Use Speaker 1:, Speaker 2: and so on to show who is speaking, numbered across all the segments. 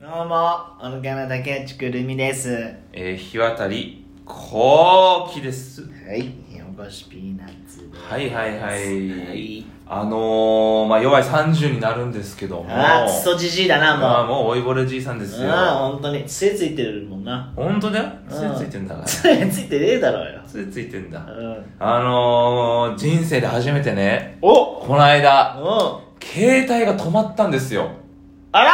Speaker 1: どうも、オルガナ竹内くるみです。は
Speaker 2: えー、日渡り後期です
Speaker 1: い、汚しピーナッツです。
Speaker 2: はいはいはい、
Speaker 1: はい
Speaker 2: あのー、まあ弱い30になるんですけども
Speaker 1: あー、クソじじいだな、
Speaker 2: まあ
Speaker 1: もう。
Speaker 2: もう老いぼれじいさんですよ
Speaker 1: ああ、ほんとに。杖ついてるもんな。
Speaker 2: 本当だよ
Speaker 1: うん
Speaker 2: 杖ついてんだから
Speaker 1: 杖ついてねえだろうよ。
Speaker 2: 杖ついてん
Speaker 1: う
Speaker 2: だ
Speaker 1: ん。
Speaker 2: あのー、人生で初めてね
Speaker 1: お
Speaker 2: この間
Speaker 1: うん。
Speaker 2: 携帯が止まったんですよ
Speaker 1: あら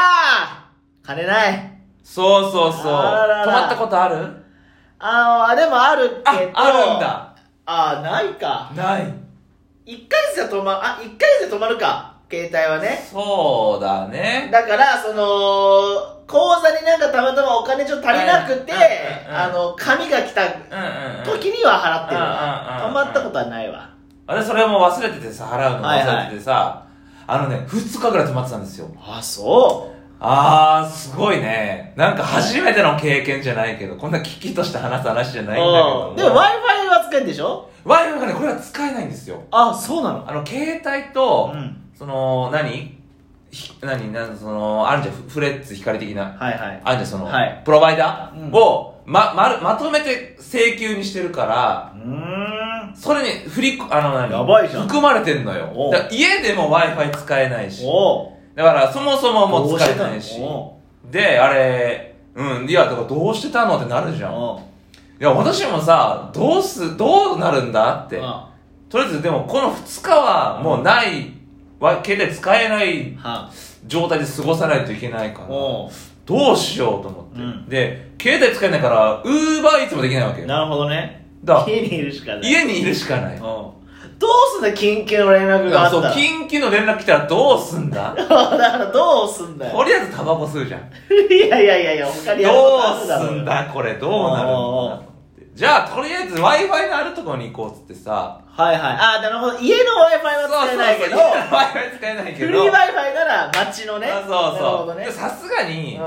Speaker 1: ー金ない。
Speaker 2: そうそうそう
Speaker 1: あらら
Speaker 2: 止まったことある
Speaker 1: あー、でもある
Speaker 2: あ
Speaker 1: けど。
Speaker 2: あ
Speaker 1: あー、ないか
Speaker 2: るん。だない
Speaker 1: 一回じゃ止ま、あ、一回じゃ止まるか。携帯はね。
Speaker 2: そうだね
Speaker 1: だから、その、口座になんかたまたまお金ちょっと足りなくて、
Speaker 2: うんうんうん
Speaker 1: あの、紙が来た
Speaker 2: うんうん、うん、
Speaker 1: 時には払ってるわ。止
Speaker 2: うんうんうんうん
Speaker 1: まったことはないわ。
Speaker 2: 私それも忘れててさ払うの
Speaker 1: はいはい
Speaker 2: 忘れててさ、あのね2日ぐらい止まってたんですよ
Speaker 1: あ、そ
Speaker 2: あーすごいねなんか初めての経験じゃないけどこんな危機として話す話じゃ
Speaker 1: う
Speaker 2: ないんだけど
Speaker 1: ん。でも Wi-Fi は使えるんでしょ
Speaker 2: w i f i がねこれは使えないんですよ
Speaker 1: あ、そうなの
Speaker 2: あの携帯と、
Speaker 1: うん。
Speaker 2: その何ひ何何そのあるじゃんフフレッツ光的な
Speaker 1: はいはい。
Speaker 2: あるじゃんその、
Speaker 1: はい
Speaker 2: プロバイダー
Speaker 1: うん
Speaker 2: を、ままるまとめて請求にしてるから
Speaker 1: うーん。
Speaker 2: それに振りこ、あの何
Speaker 1: やばいじゃん
Speaker 2: 含まれてんのよ
Speaker 1: おう。
Speaker 2: だから家でも Wi-Fi 使えないし。
Speaker 1: おう
Speaker 2: だからそもそももう使え
Speaker 1: ど
Speaker 2: ない
Speaker 1: て。
Speaker 2: した
Speaker 1: の
Speaker 2: で、あれ、うん、いや、だからどうしてたのってなるじゃん。い
Speaker 1: おう
Speaker 2: や、私もさ、どうす、どうなるんだって
Speaker 1: う。ん
Speaker 2: とりあえずでもこの2日はもうない、わ携帯使えない
Speaker 1: は
Speaker 2: 状態で過ごさないといけないから、
Speaker 1: おう
Speaker 2: どうしようと思って。
Speaker 1: うん
Speaker 2: で、携帯使えないから、Uber いつもできないわけよ。
Speaker 1: なるほどね。
Speaker 2: だから
Speaker 1: 家にいるしかない。
Speaker 2: 家にいるしかない。
Speaker 1: おうどうすんだよ、緊急の連絡が
Speaker 2: だか
Speaker 1: あ
Speaker 2: ら
Speaker 1: っ
Speaker 2: そう、
Speaker 1: たら。
Speaker 2: 緊急の連絡来たらどうすんだ
Speaker 1: だからどうすんだ
Speaker 2: と
Speaker 1: よ。
Speaker 2: りあえずタバコ吸うじゃん。
Speaker 1: いやいやいやいや、他にやることあるろ
Speaker 2: どうすんだこれ、どうなるんだ
Speaker 1: おうおうおう
Speaker 2: と思ってじゃあ、とりあえず Wi-Fi のあるところに行こうっつってさ。
Speaker 1: はいはい。あ、なるほど。家の Wi-Fi は使えないけど、
Speaker 2: Wi-Fi 使えないけ
Speaker 1: フ
Speaker 2: ど。
Speaker 1: リー Wi-Fi なら街のね。
Speaker 2: あそう
Speaker 1: なるほ
Speaker 2: そ
Speaker 1: ど
Speaker 2: う。
Speaker 1: ね
Speaker 2: で。さすがに、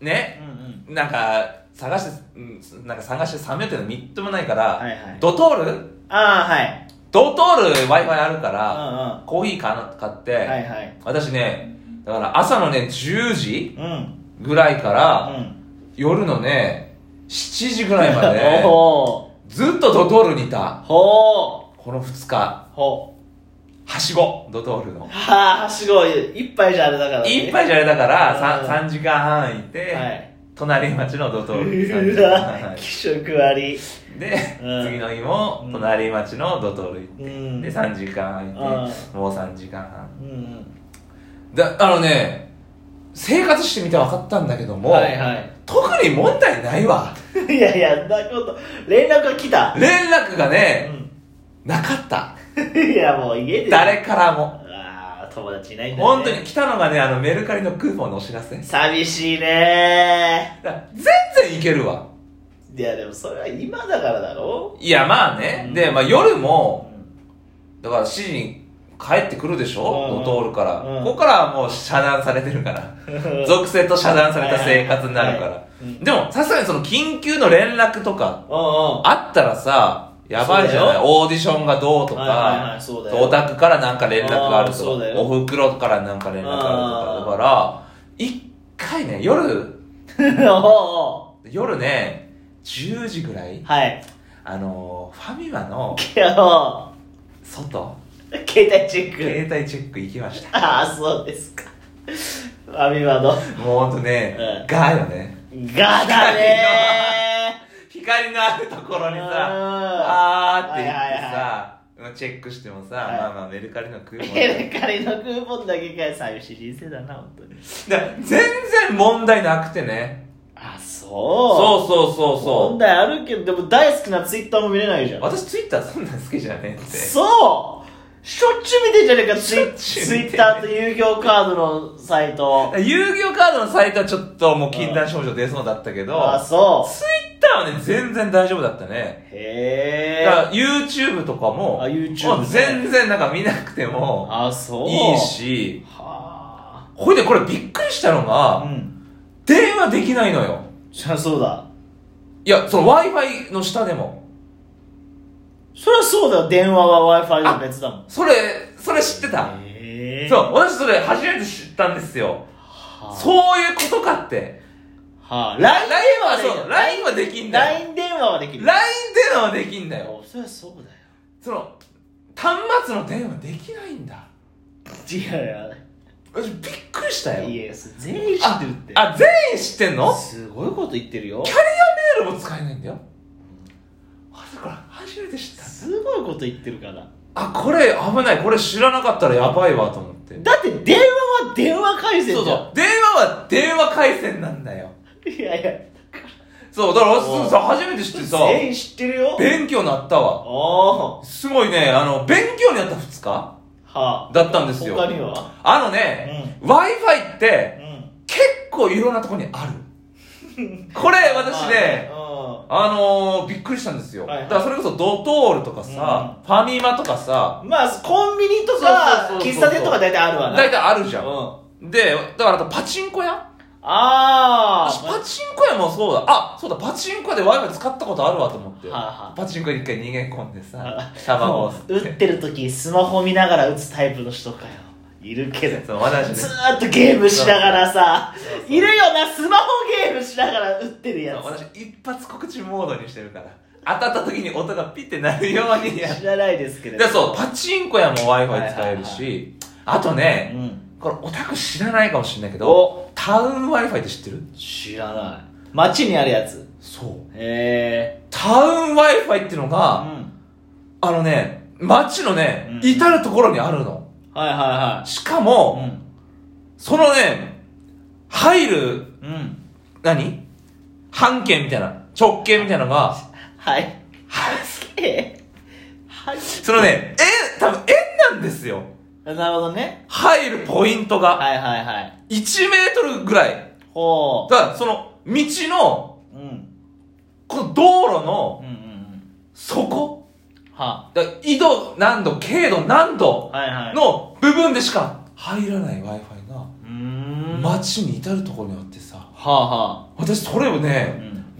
Speaker 2: ね、
Speaker 1: うん。うんうん。
Speaker 2: なんか、探して、うんなんか探して冷めてるのみっともないから、
Speaker 1: はいはい
Speaker 2: ドトール
Speaker 1: ああ、はい。
Speaker 2: ドトール Wi-Fi あるから、
Speaker 1: う
Speaker 2: コーヒーかな買って、
Speaker 1: んうん。はいはい。
Speaker 2: 私ね、だから朝のね、10時
Speaker 1: うん。
Speaker 2: ぐらいから、
Speaker 1: うん。
Speaker 2: 夜のね、7時ぐらい まで、
Speaker 1: ほ
Speaker 2: ずっとドトールにいた
Speaker 1: う。。ほ
Speaker 2: この2日、
Speaker 1: う。ほう。
Speaker 2: はしご、ドトールの。
Speaker 1: はあ、はしご、一杯じゃあれだからね。
Speaker 2: いっぱいじゃあれだか
Speaker 1: う
Speaker 2: ら、
Speaker 1: ん
Speaker 2: 3, 時間半いて、
Speaker 1: はい。
Speaker 2: 隣町のドトールに3 時
Speaker 1: う
Speaker 2: 間半
Speaker 1: わ
Speaker 2: 入、っ
Speaker 1: 気色悪い。
Speaker 2: て、で、
Speaker 1: うん
Speaker 2: 次の日も
Speaker 1: うん
Speaker 2: 隣町のドトール行っ
Speaker 1: う
Speaker 2: て、
Speaker 1: ん。
Speaker 2: で、3時間半いて、
Speaker 1: う
Speaker 2: もう3時間半。
Speaker 1: うんうん。
Speaker 2: だあのね、生活してみて分かったんだけども、
Speaker 1: はいは
Speaker 2: 特に問題ないわ。
Speaker 1: い。いやいや、なこと、連絡が来た。
Speaker 2: 連絡が
Speaker 1: う
Speaker 2: ね、
Speaker 1: ん。
Speaker 2: なかった。
Speaker 1: いや、もう家で。
Speaker 2: 誰からも。
Speaker 1: ああ、友達いないんだ、ね。
Speaker 2: 本当に来たのがねあのメルカリのクーポンのお知らせだか
Speaker 1: 寂しいね
Speaker 2: ら全然いけるわ
Speaker 1: いやでもそれは今だからだろ
Speaker 2: いやまあね、
Speaker 1: うん
Speaker 2: で、まあ、夜も
Speaker 1: う
Speaker 2: だから7時に帰ってくるでし
Speaker 1: うんう
Speaker 2: ょ
Speaker 1: ん
Speaker 2: ドトールから、
Speaker 1: うん
Speaker 2: ここからはもう遮断されてるから
Speaker 1: ん
Speaker 2: 属性と遮断された生活になるから、
Speaker 1: はいはいうん
Speaker 2: でもさすがにその緊急の連絡とか
Speaker 1: うん
Speaker 2: あったらさやばいじゃ
Speaker 1: そう
Speaker 2: な
Speaker 1: だ
Speaker 2: い
Speaker 1: よ
Speaker 2: オーディションがどうとか、
Speaker 1: はいはいはいそうだよ
Speaker 2: お宅からなんか連絡がある
Speaker 1: あーそう
Speaker 2: と
Speaker 1: だ
Speaker 2: か
Speaker 1: よ
Speaker 2: おふくろからなんか連絡があると
Speaker 1: あー
Speaker 2: かだから一回ね夜
Speaker 1: うん おうお
Speaker 2: 夜ね10時ぐらいう
Speaker 1: はい
Speaker 2: あのー、ファミマの
Speaker 1: けど
Speaker 2: 外
Speaker 1: 携帯チェック
Speaker 2: 携帯チェック行きまし
Speaker 1: ああそうですかファミマの
Speaker 2: たもうほんとね、
Speaker 1: うん
Speaker 2: ガーよね
Speaker 1: ガだね
Speaker 2: 光のあるところにさ
Speaker 1: あ
Speaker 2: あーって言ってさ、
Speaker 1: はいはい
Speaker 2: チェックしてもさ、
Speaker 1: はい
Speaker 2: まあまあメルカリのクーポ ン
Speaker 1: メルカリのクーポンだけが寂しい人生だな本当に
Speaker 2: で全然問題なくてね
Speaker 1: あそう
Speaker 2: そうそうそう
Speaker 1: 問
Speaker 2: そう
Speaker 1: 題あるけどでも大好きなツイッターも見れないじゃん
Speaker 2: 私ツイッターそんなん好きじゃねえって
Speaker 1: そうしょっちゅう見てんじゃねえかツ
Speaker 2: しょ
Speaker 1: イ
Speaker 2: っちゅう
Speaker 1: ツイ
Speaker 2: 見てる
Speaker 1: ッターと遊戯王カードのサイト
Speaker 2: 遊戯王カードのサイトはちょっともう禁断症状出そうだったけど
Speaker 1: あそ
Speaker 2: ツイッターはね全然大丈夫だったね
Speaker 1: うへ
Speaker 2: だか
Speaker 1: え
Speaker 2: ら YouTube とかも
Speaker 1: あ YouTube
Speaker 2: もう全然なんか見なくても
Speaker 1: あそう
Speaker 2: いいし
Speaker 1: は
Speaker 2: ほいでこれびっくりしたの
Speaker 1: あう
Speaker 2: が
Speaker 1: ん
Speaker 2: 電話できないのよ
Speaker 1: じゃあそうだ
Speaker 2: いやその w i f i の下でも
Speaker 1: そりゃそうだよ電話は w i f i と別だもん
Speaker 2: それそれ知ってた
Speaker 1: へえ
Speaker 2: そう私それ初めて知ったんですよ
Speaker 1: はあ
Speaker 2: そういうことかって。
Speaker 1: はあ LINE 電話はでき
Speaker 2: そう、LINE はできんだよ。
Speaker 1: LINE 電話はでき
Speaker 2: LINE
Speaker 1: る
Speaker 2: 電話はできんだよ。
Speaker 1: そりゃそうだよ
Speaker 2: その、端末の電話できないんだ。
Speaker 1: 違うよ
Speaker 2: 私びっくりしたよ。
Speaker 1: いや全員知ってるって
Speaker 2: あ、全員知ってんの
Speaker 1: すごいこと言ってるよ
Speaker 2: キャメールも使えないんだよ。あれこれ初めて知った。
Speaker 1: すごいこと言ってるから
Speaker 2: あ、これ危ない。これ知らなかったらやばいわと思って。
Speaker 1: だって電話は電話回線じゃん
Speaker 2: そうそう。電話は電話回線なんだよ。
Speaker 1: いやいや
Speaker 2: そう、だから私
Speaker 1: おう
Speaker 2: そうさ、初めて知ってさ、
Speaker 1: 全員知ってるよ
Speaker 2: 勉強になったわ。
Speaker 1: おー
Speaker 2: すごいね、あの、勉強になった2日
Speaker 1: はあ
Speaker 2: だったんですよ。
Speaker 1: 他には
Speaker 2: あのね、Wi-Fi っ
Speaker 1: う
Speaker 2: て
Speaker 1: ん
Speaker 2: 結構いろんなとこにあ る。これ私ね、
Speaker 1: ま
Speaker 2: あのー、びっくりしたんですよ。
Speaker 1: はいはい
Speaker 2: だからそれこそドトールとかさ、ファミマとかさ、
Speaker 1: あうんまあコンビニとか
Speaker 2: そうそうそうそ
Speaker 1: 喫
Speaker 2: う
Speaker 1: 茶店とか大体あるわな
Speaker 2: 大体あるじゃん。
Speaker 1: うん
Speaker 2: で、だからあとパチンコ屋
Speaker 1: あ
Speaker 2: 私パ
Speaker 1: ー
Speaker 2: チンコ屋もそうだ。あ、そうだ、パチンコ屋で Wi-Fi 使ったことあるわと思って。
Speaker 1: はあはあ
Speaker 2: パチンコ屋に一回逃げ込んでさ
Speaker 1: あ、
Speaker 2: タバコを吸って。
Speaker 1: 打ってる時スマホ見ながら打つタイプの人かよいるけど
Speaker 2: そう、私 ね
Speaker 1: ず。ーっとゲームしながらさ
Speaker 2: そうそう
Speaker 1: いるよなスマホゲームしながら打ってるやつ
Speaker 2: 私一発告知モードにしてるから当たった時に音がピッて鳴るようにや
Speaker 1: 知らないですけれど
Speaker 2: でそうパチンコ屋も w i f i 使えるし、あとね、
Speaker 1: うん
Speaker 2: これオタク知らないかもしれないけど
Speaker 1: お
Speaker 2: タウン w i f i って知ってる
Speaker 1: 知らない街にあるやつ
Speaker 2: そう
Speaker 1: へえ
Speaker 2: タウン w i f i っての
Speaker 1: う
Speaker 2: が、
Speaker 1: ん
Speaker 2: あのね街のね、
Speaker 1: うん
Speaker 2: 至る所にあるの
Speaker 1: はいは
Speaker 2: しか
Speaker 1: いは
Speaker 2: も、
Speaker 1: い
Speaker 2: そのね入る
Speaker 1: うんうん
Speaker 2: 何半径みたいな直径みたいなのが
Speaker 1: はいはいはい
Speaker 2: そのね円多分円なんですよ
Speaker 1: なるほどね
Speaker 2: 入るポイントが
Speaker 1: はいはいはい
Speaker 2: 1メートルぐらい。だ
Speaker 1: ほ
Speaker 2: から、その、道の、
Speaker 1: ううん
Speaker 2: この道路
Speaker 1: う
Speaker 2: の
Speaker 1: んうんうん
Speaker 2: 底。
Speaker 1: は
Speaker 2: だから緯度何度、経度何度
Speaker 1: はいはい
Speaker 2: の部分でしか入らない Wi-Fi が、
Speaker 1: うーんは
Speaker 2: 街に至るところにあってさ、
Speaker 1: あは
Speaker 2: 私それを
Speaker 1: あう
Speaker 2: ね、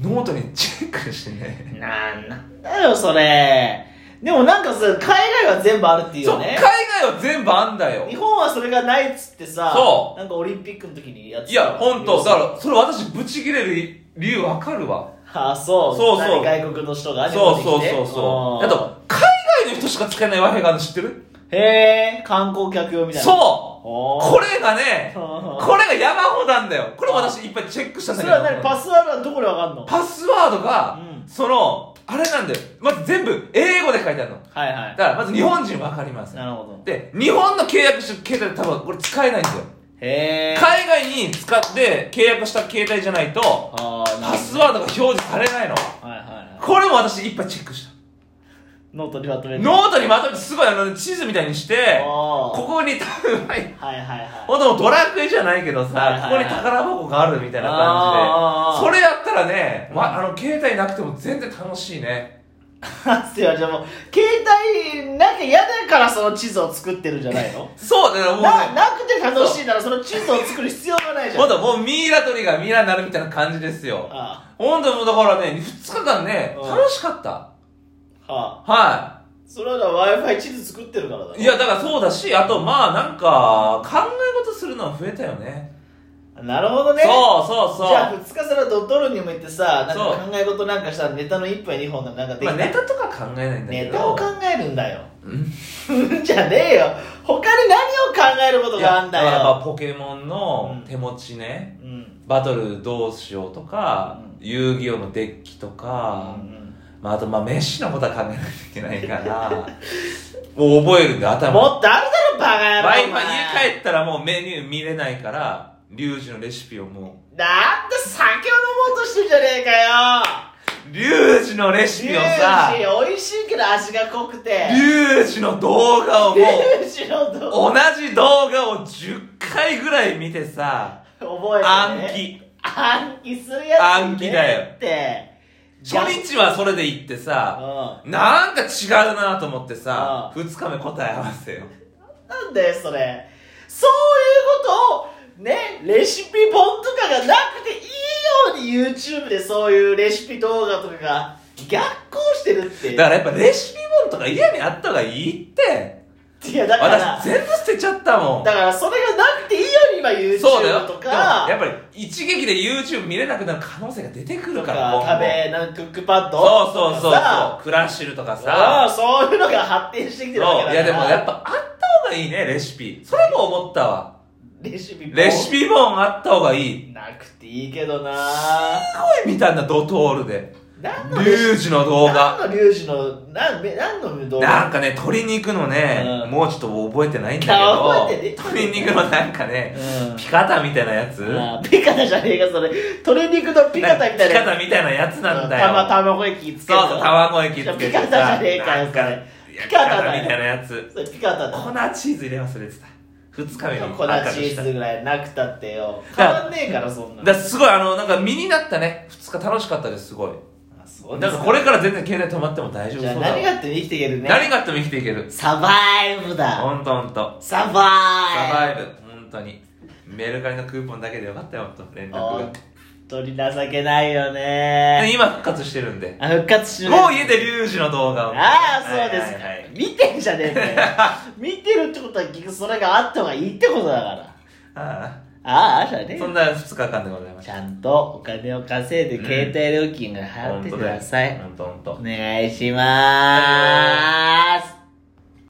Speaker 1: ん
Speaker 2: ノートにチェックしてね。
Speaker 1: なんなんだよ、それ。でもなんかさ、海外は全部あるっていう
Speaker 2: そう、
Speaker 1: よ
Speaker 2: 海
Speaker 1: ね。
Speaker 2: 外は全部あんだよ
Speaker 1: 日。本はそれがないっつってさ、
Speaker 2: そう
Speaker 1: なんかオリンピックの時にやってた
Speaker 2: いや、ほんと、だから、それ私ブチ切れる理由わかるわ。
Speaker 1: ああ、そう。
Speaker 2: そうそう
Speaker 1: 何外国の人が
Speaker 2: そう
Speaker 1: 日本に来て
Speaker 2: そうそうそう。あ
Speaker 1: ん
Speaker 2: と、海外の人しか使えない Wi-Fi があるの知ってる
Speaker 1: へえ、観光客用みたいな。う。
Speaker 2: そう
Speaker 1: こ
Speaker 2: これがね、
Speaker 1: こ
Speaker 2: これが山ほどなんだよこれ私いっぱいチェックしたんだ
Speaker 1: そ
Speaker 2: け
Speaker 1: れ
Speaker 2: ど
Speaker 1: は何パスワードはどこでわかんの
Speaker 2: パスワードが、
Speaker 1: うん
Speaker 2: そのあれなんだよまず全部英語で書いてあるの
Speaker 1: はいは
Speaker 2: だ
Speaker 1: い。
Speaker 2: からまず日本人わかります
Speaker 1: なるほど。
Speaker 2: で日本の契約してる携帯多分これ使えないんだよ
Speaker 1: へえ。
Speaker 2: 海外に使って契約した携帯じゃないと
Speaker 1: ああ、なる
Speaker 2: パスワードが表示されないの
Speaker 1: ほどはいはいはい。
Speaker 2: これも私いっぱいチェックした
Speaker 1: ノートにまとめて。
Speaker 2: ノートにまとめてすごいあの地図みたいにして
Speaker 1: おー
Speaker 2: ここに多分
Speaker 1: はいはいはい。
Speaker 2: ほんともうドラクエじゃないけどさ、
Speaker 1: はいはいはい
Speaker 2: ここに宝箱があるみたいな
Speaker 1: あー
Speaker 2: 感じで、それやったらね、
Speaker 1: うん
Speaker 2: ま、あの、携帯なくても全然楽しいね。
Speaker 1: なんていうのじゃあもう携帯なんか嫌だからその地図を作ってるんじゃ ないの
Speaker 2: そう、だからもう
Speaker 1: な
Speaker 2: ね、
Speaker 1: なくて楽しいならその地図を作る必要がないじゃん
Speaker 2: ほんともうミイラ取りがミイラになるみたいな感じですよ。
Speaker 1: あ
Speaker 2: ほんともうだからね、2日間ね、
Speaker 1: うん
Speaker 2: 楽しかった。
Speaker 1: あはあ
Speaker 2: は
Speaker 1: それは w i f i 地図作ってるからだろ
Speaker 2: い。いや、だからそうだし、あとまあなんか、考え事するのは増えたよね。
Speaker 1: なるほどね
Speaker 2: そうそうそう。
Speaker 1: じゃあ2日それドトールにも行ってさなん
Speaker 2: そう
Speaker 1: か考え事なんかしたらネタの1本や2本なんかでき
Speaker 2: ま
Speaker 1: た、
Speaker 2: あネタとか考えないんだけ
Speaker 1: ネ
Speaker 2: ど。
Speaker 1: タを考えるんだよ
Speaker 2: うん
Speaker 1: じゃねえよ他に何を考えること
Speaker 2: い
Speaker 1: があ
Speaker 2: や
Speaker 1: ん
Speaker 2: だ
Speaker 1: だ
Speaker 2: からやっぱ
Speaker 1: よ
Speaker 2: ポケモンの手持ちね。
Speaker 1: うん
Speaker 2: バトルどうしようとか、
Speaker 1: う
Speaker 2: 遊戯王のデッキとか、まあ、あとまあ飯のことは考えなきゃいけないから もう覚えるんで
Speaker 1: うん
Speaker 2: 頭
Speaker 1: もっとあるだろバカ野郎
Speaker 2: まあ
Speaker 1: お
Speaker 2: 今
Speaker 1: 前
Speaker 2: 家帰ったらもうメニュー見れないからリュウジのレシピをも
Speaker 1: なんで酒を飲もうとしてんじゃねえかよ
Speaker 2: うリュウジのレシ
Speaker 1: リ
Speaker 2: ピをさ
Speaker 1: ュウジ美味しいけど味が濃くて
Speaker 2: リュウジの動画をもう
Speaker 1: リュウジのど
Speaker 2: 同じ動画を10回ぐらい見てさ
Speaker 1: 覚
Speaker 2: 暗
Speaker 1: えて、ね、暗記
Speaker 2: 記
Speaker 1: 暗記するやつ
Speaker 2: 暗記だよ
Speaker 1: って
Speaker 2: 初日はそれで行って
Speaker 1: う
Speaker 2: さ
Speaker 1: ん
Speaker 2: なんか違うなと思って
Speaker 1: あ
Speaker 2: さ2日目答え合わせよ
Speaker 1: なんだよそれそういうことをねレシピ本とかがなくていいように YouTube でそういうレシピ動画とかが逆行してるって
Speaker 2: だからやっぱレシピ本とか家にあった方がいいって
Speaker 1: いやだから
Speaker 2: 私全部捨てちゃったもん
Speaker 1: だからそれがなくていいように今
Speaker 2: そうだよ
Speaker 1: YouTube と
Speaker 2: でもや
Speaker 1: か
Speaker 2: っぱり一撃で YouTube 見れなくなる可能性が出てくる
Speaker 1: と
Speaker 2: から今
Speaker 1: か
Speaker 2: 後
Speaker 1: 食べなんかクックパッド
Speaker 2: そうそうそう
Speaker 1: とか
Speaker 2: そうクラッシュルとか
Speaker 1: さああ
Speaker 2: さ
Speaker 1: そういうのが発展してきてるわけだ
Speaker 2: そう
Speaker 1: か
Speaker 2: い
Speaker 1: ら
Speaker 2: やでもやっぱあった方がいいねレシピそれも思ったわ
Speaker 1: レシピ
Speaker 2: レシピ本あった方がいい
Speaker 1: ピなくていいけどな
Speaker 2: 声見たんだドトールで
Speaker 1: 何
Speaker 2: リ
Speaker 1: のレシ
Speaker 2: ュウジの動
Speaker 1: ピ
Speaker 2: 画
Speaker 1: 何のリュウジの何め何の動
Speaker 2: なん
Speaker 1: 画
Speaker 2: かね鶏肉のね、
Speaker 1: うん
Speaker 2: もうちょっと覚えてないんだ
Speaker 1: あ覚えて
Speaker 2: け
Speaker 1: ね
Speaker 2: ど鶏肉のなんかね
Speaker 1: うん
Speaker 2: ピカタみたいなやつ
Speaker 1: ああピカタじゃねえかそれ鶏肉のピカタみたいな
Speaker 2: ピカタみたいなやつなんだよ
Speaker 1: たま卵液つけ
Speaker 2: そうそう卵液つけて
Speaker 1: ピカタじゃねえかよ
Speaker 2: なんか
Speaker 1: それ
Speaker 2: いや
Speaker 1: ピ
Speaker 2: ピ
Speaker 1: カ
Speaker 2: カ
Speaker 1: タ
Speaker 2: タ
Speaker 1: だよ
Speaker 2: みたいなやつ
Speaker 1: それピカタだ
Speaker 2: 粉チーズ入れ忘れてた二日目に
Speaker 1: 粉チーズぐらいなくたってよ変わんねえからそんな
Speaker 2: だからすごいあのなんか身になったね2日楽しかったですすごい
Speaker 1: あそうで
Speaker 2: だ
Speaker 1: す
Speaker 2: からこれから全然携帯止まっても大丈夫
Speaker 1: じゃあ
Speaker 2: そうだわ
Speaker 1: 何があっても生きていけるね
Speaker 2: 何があっても生きていける
Speaker 1: サバイブだ
Speaker 2: ほんとほんと
Speaker 1: サバイ
Speaker 2: サバイブ本当にメルカリのクーポンだけでよかったよほんと連絡が
Speaker 1: 本当に情けないよね
Speaker 2: で今復活してるんで
Speaker 1: あ復活し
Speaker 2: もう家でリュウジの動画を
Speaker 1: ああそうですか、
Speaker 2: はいはいはい
Speaker 1: 見てんじゃねえんだよ 見てるってことは結局それがあった方がいいってことだから
Speaker 2: あ
Speaker 1: ああじゃね
Speaker 2: あ
Speaker 1: え
Speaker 2: そんな2日間でございまし
Speaker 1: ち
Speaker 2: た
Speaker 1: ゃんとお金を稼いで携帯料金が払ってください、
Speaker 2: ほんとほんと
Speaker 1: お願いしまーす